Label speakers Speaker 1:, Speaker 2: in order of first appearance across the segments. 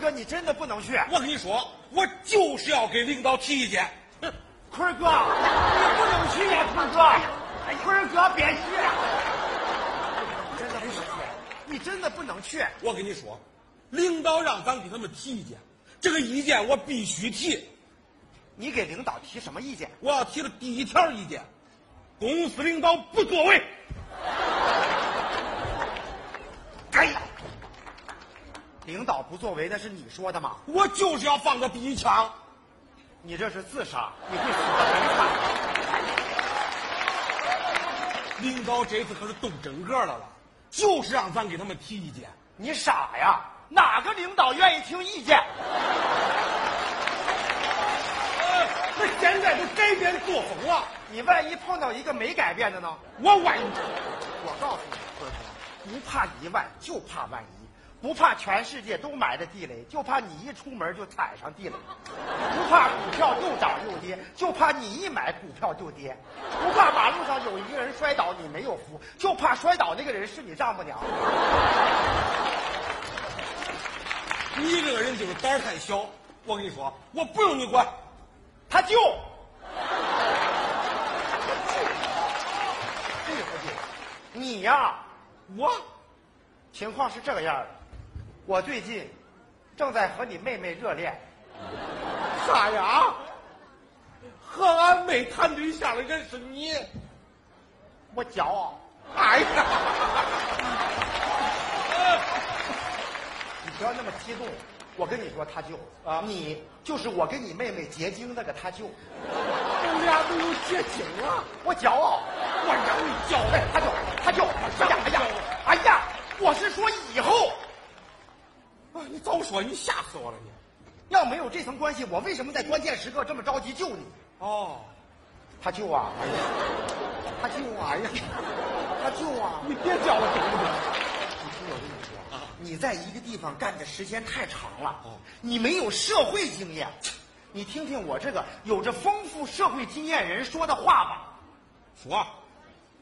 Speaker 1: 哥，你真的不能去。
Speaker 2: 我跟你说，我就是要给领导提意见。
Speaker 1: 坤儿哥，你不能去呀，坤儿哥，坤儿哥别去，真的不能去，你真的不能去。
Speaker 2: 我跟你说，领导让咱给他们提意见，这个意见我必须提。
Speaker 1: 你给领导提什么意见？
Speaker 2: 我要提的第一条意见，公司领导不作为。
Speaker 1: 哎呀，领导不作为那是你说的吗？
Speaker 2: 我就是要放个第一枪。
Speaker 1: 你这是自杀，你会死的很惨。
Speaker 2: 领导这次可是动真格了了，就是让咱给他们提意见。
Speaker 1: 你傻呀？哪个领导愿意听意见？
Speaker 2: 那现在都改变作风了，
Speaker 1: 你万一碰到一个没改变的呢？
Speaker 2: 我万一
Speaker 1: 我告诉你，坤儿哥，不怕一万，就怕万一。不怕全世界都埋着地雷，就怕你一出门就踩上地雷；不怕股票又涨又跌，就怕你一买股票就跌；不怕马路上有一个人摔倒你没有扶，就怕摔倒那个人是你丈母娘。
Speaker 2: 你这个人就是胆儿太小。我跟你说，我不用你管，
Speaker 1: 他舅，这个不 对，你呀、
Speaker 2: 我
Speaker 1: 情况是这个样儿的，我最近正在和你妹妹热恋，
Speaker 2: 啥哎呀？和俺妹谈对象的人是你。
Speaker 1: 我骄傲。
Speaker 2: 哎呀，
Speaker 1: 你不要那么激动，我跟你说，他舅
Speaker 2: 啊
Speaker 1: 你就是我跟你妹妹结晶那个他舅，
Speaker 2: 我俩都有结晶了，
Speaker 1: 我骄傲。
Speaker 2: 我让你叫
Speaker 1: 哎，他舅，他舅，哎呀，哎呀，哎呀，我是说以后
Speaker 2: 啊！你早说，你吓死我了你。
Speaker 1: 要没有这层关系，我为什么在关键时刻这么着急救你？
Speaker 2: 哦，
Speaker 1: 他舅啊，哎呀，他舅啊，哎呀，他舅啊。
Speaker 2: 你别叫我行不行？
Speaker 1: 你听我跟你说啊，你在一个地方干的时间太长了，
Speaker 2: 哦
Speaker 1: 你没有社会经验。你听听我这个有着丰富社会经验人说的话吧，
Speaker 2: 说，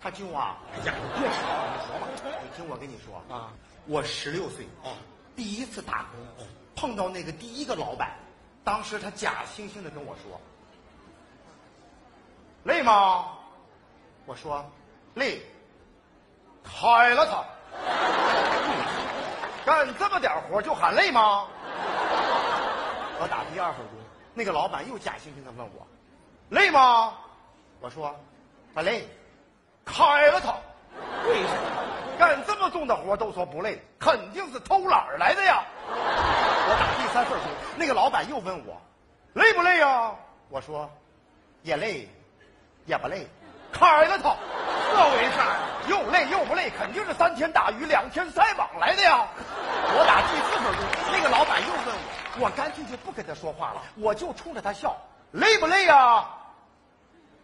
Speaker 1: 他舅啊，
Speaker 2: 哎呀，你别说了，你说吧。
Speaker 1: 你听我跟你说
Speaker 2: 嗯啊，
Speaker 1: 我十六岁
Speaker 2: 哦
Speaker 1: 第一次打工，碰到那个第一个老板，当时他假惺惺的跟我说：“累吗？”我说：“累。”开了他，干这么点活就喊累吗？我打第二份工，那个老板又假惺惺的问我：“累吗？”我说：“不累。”开了他。
Speaker 2: 为什么？
Speaker 1: 干这么重的活都说不累，肯定是偷懒儿来的呀。我打第三份工，那个老板又问我，累不累呀？我说，也累，也不累，开了他，
Speaker 2: 这为啥呀？
Speaker 1: 又累又不累，肯定是三天打鱼两天晒网来的呀。我打第四份工，那个老板又问我，我干脆就不跟他说话了，我就冲着他笑，累不累呀？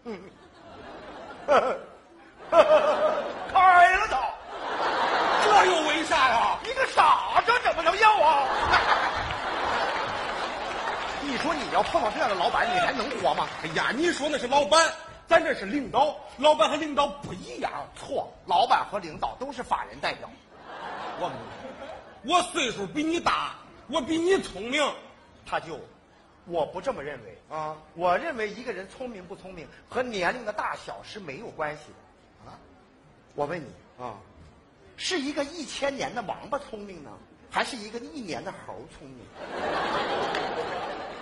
Speaker 1: 嗯， 开了他。
Speaker 2: 这又为啊啥呀？
Speaker 1: 你个傻子怎么能要啊？ 你说你要碰到这样的老板，你还能活吗？
Speaker 2: 哎呀，你说那是老板，咱这是领导。老板和领导不一样。
Speaker 1: 错，老板和领导都是法人代表。
Speaker 2: 我不我岁数比你大，我比你聪明。
Speaker 1: 他就，我不这么认为
Speaker 2: 啊
Speaker 1: 我认为一个人聪明不聪明和年龄的大小是没有关系的。啊，我问你，
Speaker 2: 啊，
Speaker 1: 是一个一千年的王八聪明呢，还是一个一年的猴聪明？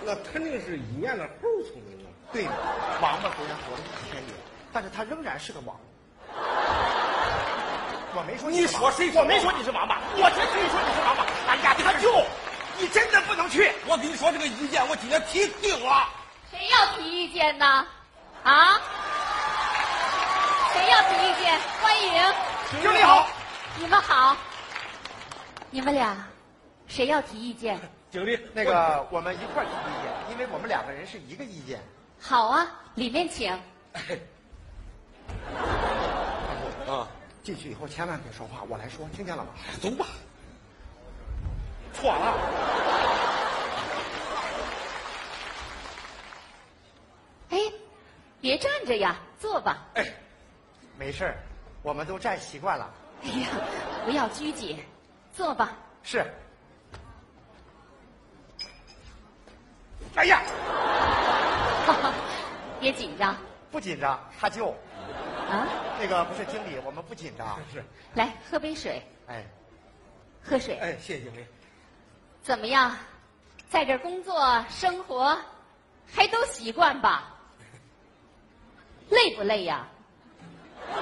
Speaker 2: 那肯定是一年的猴聪明啊。
Speaker 1: 对吗？王八虽然活了一千年，但是他仍然是个王。我没说
Speaker 2: 你
Speaker 1: 是
Speaker 2: 说
Speaker 1: 王
Speaker 2: 谁是
Speaker 1: 我没说你是王八，我真没说你是王八。哎呀，他就，你真的不能去。
Speaker 2: 我跟你说，这个意见我今天提定了。
Speaker 3: 谁要提意见呢？啊？谁要提意见？欢迎。
Speaker 1: 经理好，
Speaker 3: 你们好。你们俩，谁要提意见？
Speaker 2: 经理，
Speaker 1: 那个我们一块儿提意见，因为我们两个人是一个意见。
Speaker 3: 好啊，里面请。
Speaker 2: 我啊，
Speaker 1: 进去以后千万别说话，我来说，听见了吗？
Speaker 2: 走吧。错了，啊
Speaker 3: 哎，别站着呀，坐吧。
Speaker 2: 哎，
Speaker 1: 没事儿，我们都站习惯了。
Speaker 3: 哎呀，不要拘谨，坐吧。
Speaker 1: 是，哎呀，
Speaker 3: 别紧张
Speaker 1: 不紧张，他就
Speaker 3: 啊！
Speaker 1: 那个不是经理，我们不紧张。
Speaker 2: 是，
Speaker 3: 来，喝杯水，
Speaker 1: 哎
Speaker 3: 喝水。
Speaker 2: 哎，谢谢经理。
Speaker 3: 怎么样，在这儿工作生活还都习惯吧？累不累呀？怎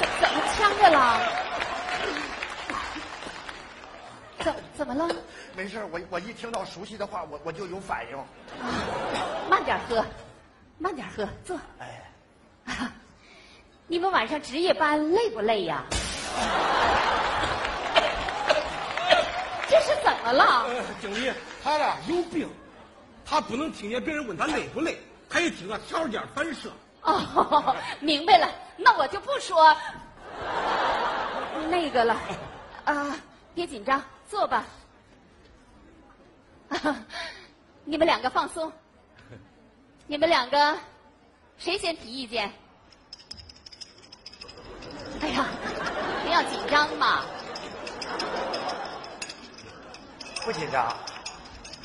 Speaker 3: 怎怎么呛着了？怎怎么了？
Speaker 1: 没事儿，我我一听到熟悉的话，我我就有反应。
Speaker 3: 慢点喝，慢点喝，坐。
Speaker 1: 哎，
Speaker 3: 你们晚上值夜班累不累呀？这是怎么了？
Speaker 2: 呃，经理，他呀有病，他不能听见别人问他累不累，他一听啊条件反射。
Speaker 3: 哦， 明白了，那我就不说那个了。啊，别紧张，坐吧。 啊你们两个放松。你们两个，谁先提意见？哎呀，不要紧张嘛。
Speaker 1: 不紧张，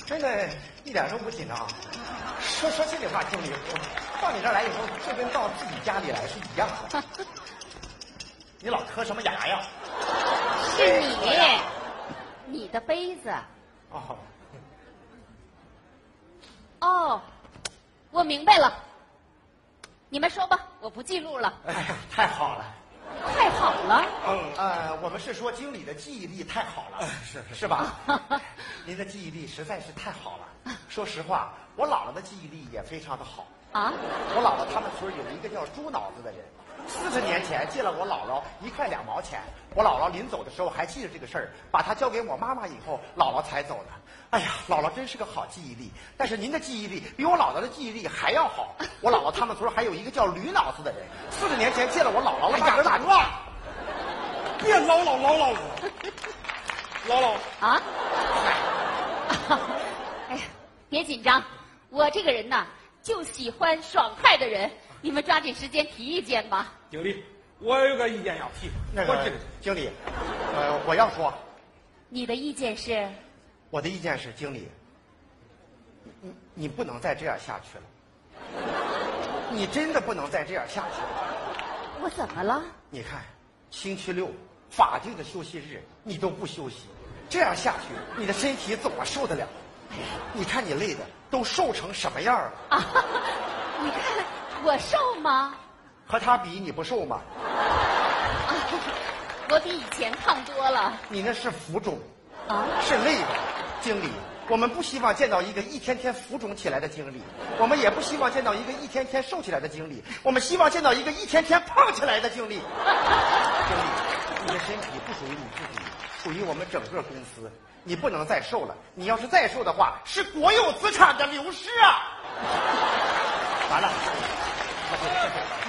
Speaker 1: 真的，一点都不紧张。说说心里话，经理，我到你这儿来以后，这跟到自己家里来是一样的。 你老磕什么牙呀？
Speaker 3: 是你，你的杯子。
Speaker 1: 哦，
Speaker 3: 哦，我明白了。你们说吧，我不记录了。
Speaker 1: 哎呀，太好了。
Speaker 3: 太好了，
Speaker 2: 嗯，
Speaker 1: 呃，我们是说经理的记忆力太好了，
Speaker 2: 是是
Speaker 1: 是 吧？您的记忆力实在是太好了。说实话，我姥姥的记忆力也非常的好。
Speaker 3: 啊，
Speaker 1: 我姥姥他们村有一个叫猪脑子的人，四十年前借了我姥姥一块两毛钱，我姥姥临走的时候还记得这个事儿，把它交给我妈妈以后，姥姥才走的。哎呀，姥姥真是个好记忆力，但是您的记忆力比我姥姥的记忆力还要好。我姥姥他们村还有一个叫驴脑子的人，四十年前借了我姥姥了
Speaker 2: 哎呀
Speaker 1: 大哥大
Speaker 2: 打住啊！别唠唠唠 唠我，唠唠。
Speaker 3: 啊， 哎呀，别紧张，我这个人呐，就喜欢爽快的人。你们抓紧时间提意见吧。
Speaker 2: 经理，我有个意见要提，
Speaker 1: 那
Speaker 2: 我
Speaker 1: 个
Speaker 2: 这个
Speaker 1: 经理，呃，我要说，
Speaker 3: 你的意见是？
Speaker 1: 我的意见是，经理，你你不能再这样下去了，你真的不能再这样下去了。
Speaker 3: 我怎么了？
Speaker 1: 你看，星期六法定的休息日你都不休息，这样下去你的身体怎么受得了？你看你累的都瘦成什么样了？
Speaker 3: 啊， 你看我瘦吗？
Speaker 1: 和他比你不瘦吗？
Speaker 3: 啊，我比以前胖多了。
Speaker 1: 你那是浮肿，
Speaker 3: 啊。
Speaker 1: 是累的。经理，我们不希望见到一个一天天浮肿起来的经理，我们也不希望见到一个一天天瘦起来的经理，我们希望见到一个一天天胖起来的经理。经理，你的身体不属于你自己，属于我们整个公司。你不能再瘦了，你要是再瘦的话，是国有资产的流失啊！完了，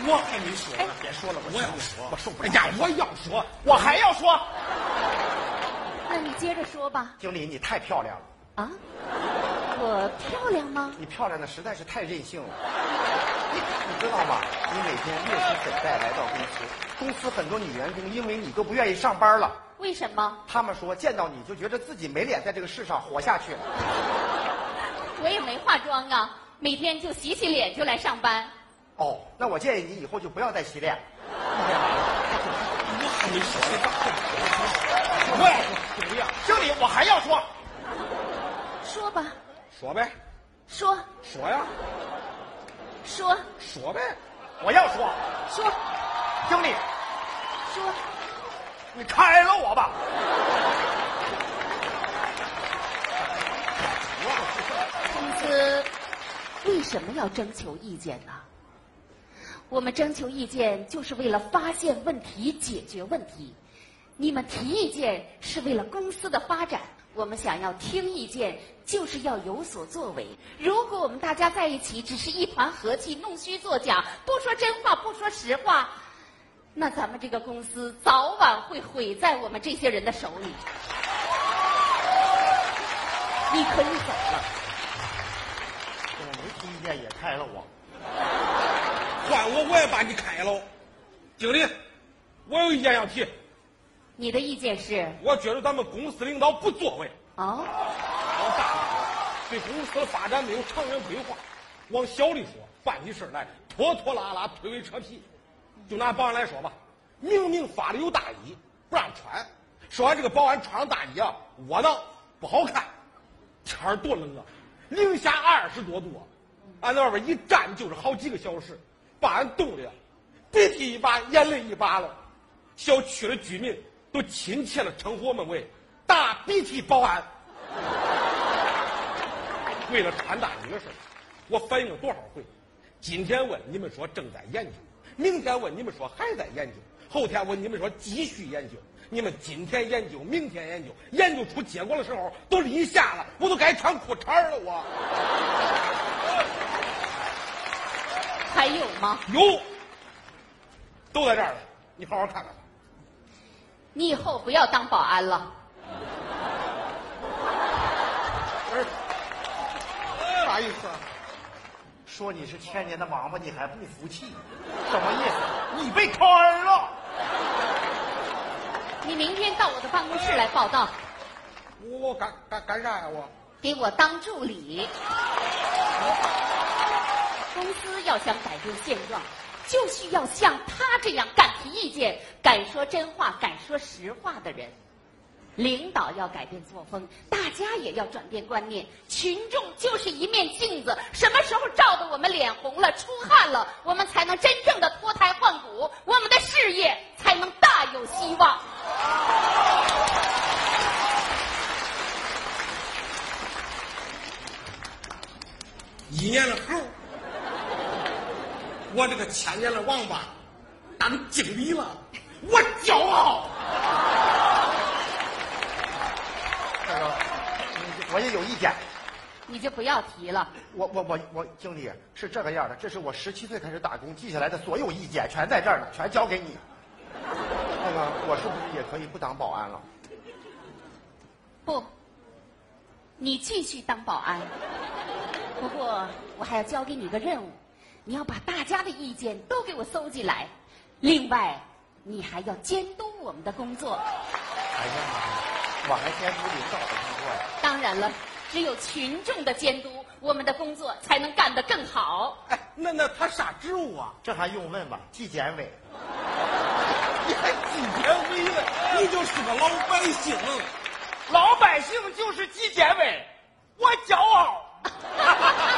Speaker 2: 我跟你说了，
Speaker 1: 别说了，
Speaker 2: 我
Speaker 1: 我
Speaker 2: 要说，
Speaker 1: 我受不
Speaker 2: 哎
Speaker 1: 了，
Speaker 2: 呀，我要说，
Speaker 1: 我还要说，
Speaker 3: 那你接着说吧。
Speaker 1: 经理你太漂亮了，
Speaker 3: 啊，我漂亮吗？
Speaker 1: 你漂亮的实在是太任性了，你你知道吗？你每天越是等待来到公司，公司很多女员工因为你都不愿意上班了，
Speaker 3: 为什么？
Speaker 1: 他们说见到你就觉得自己没脸在这个世上活下去了。
Speaker 3: 我也没化妆啊，每天就洗洗脸就来上班。
Speaker 1: 哦，那我建议你以后就不要再洗脸。
Speaker 2: 我跟你说，我要说，经理啊，
Speaker 1: 经理，我还要说，
Speaker 3: 说吧，
Speaker 2: 说呗，
Speaker 3: 说
Speaker 2: 说呀，
Speaker 3: 说
Speaker 2: 说呗，
Speaker 1: 我要说，
Speaker 3: 说
Speaker 1: 经理，
Speaker 3: 说，
Speaker 1: 你开了我吧。
Speaker 3: 公司为什么要征求意见呢？我们征求意见就是为了发现问题、解决问题。你们提意见是为了公司的发展，我们想要听意见，就是要有所作为。如果我们大家在一起只是一团和气、弄虚作假，不说真话，不说实话，那咱们这个公司早晚会毁在我们这些人的手里。你可以走了。
Speaker 1: 我没提意见也开了我。
Speaker 2: 换我我也把你开了。经理，我有意见要提，
Speaker 3: 你的意见是？
Speaker 2: 我觉得咱们公司领导不作为，
Speaker 3: 哦，
Speaker 2: 往大里说，对公司的发展没有长远规划；往小里说，办起事儿来拖拖拉拉、推诿扯皮。就拿保安来说吧，明明发的有大衣，不让穿，说俺这个保安穿上大衣啊窝囊不好看。天儿多冷啊，零下二十多度啊，俺在外边一站就是好几个小时，把俺冻的呀，鼻涕一把，眼泪一把了。小区的居民都亲切的称呼我们为“大鼻涕保安”。为了传达你的事儿，我反映了多少回？今天问你们说正在研究，明天问你们说还在研究，后天问你们说继续研究。你们今天研究，明天研究，研究出结果的时候都立夏了，我都该穿裤衩儿了。我
Speaker 3: 还有吗？
Speaker 2: 有，都在这儿了，你好好看看。
Speaker 3: 你以后不要当保安了。
Speaker 2: 啥意思啊？
Speaker 1: 说你是千年的王八，你还不服气，什么意思？你被坑儿了。
Speaker 3: 你明天到我的办公室来报道，
Speaker 2: 我我干干干啥呀？我
Speaker 3: 给我当助理。公司要想改变现状，就需要像他这样敢提意见、敢说真话、敢说实话的人。领导要改变作风，大家也要转变观念。群众就是一面镜子，什么时候照得我们脸红了、出汗了，我们才能真正的脱胎换骨，我们的事业才能大有希望。
Speaker 2: 一年的猴，我这个千年的王八当经理了，我骄傲。
Speaker 1: 大哥，你我也有意见。
Speaker 3: 你就不要提了。
Speaker 1: 我我我我经理是这个样的，这是我十七岁开始打工记下来的所有意见，全在这儿呢，全交给你。那个，我是不是也可以不当保安了？
Speaker 3: 不，你继续当保安。不过我还要交给你一个任务，你要把大家的意见都给我搜集来。另外，你还要监督我们的工作。
Speaker 1: 哎呀妈呀，我还监督领导的工作呀！
Speaker 3: 当然了，只有群众的监督，我们的工作才能干得更好。
Speaker 2: 哎，那那他啥职务啊？
Speaker 1: 这还用问吗？纪检委，
Speaker 2: 你还纪检委呢？你就是个老百姓。
Speaker 1: 老百姓就是纪检委，我骄傲。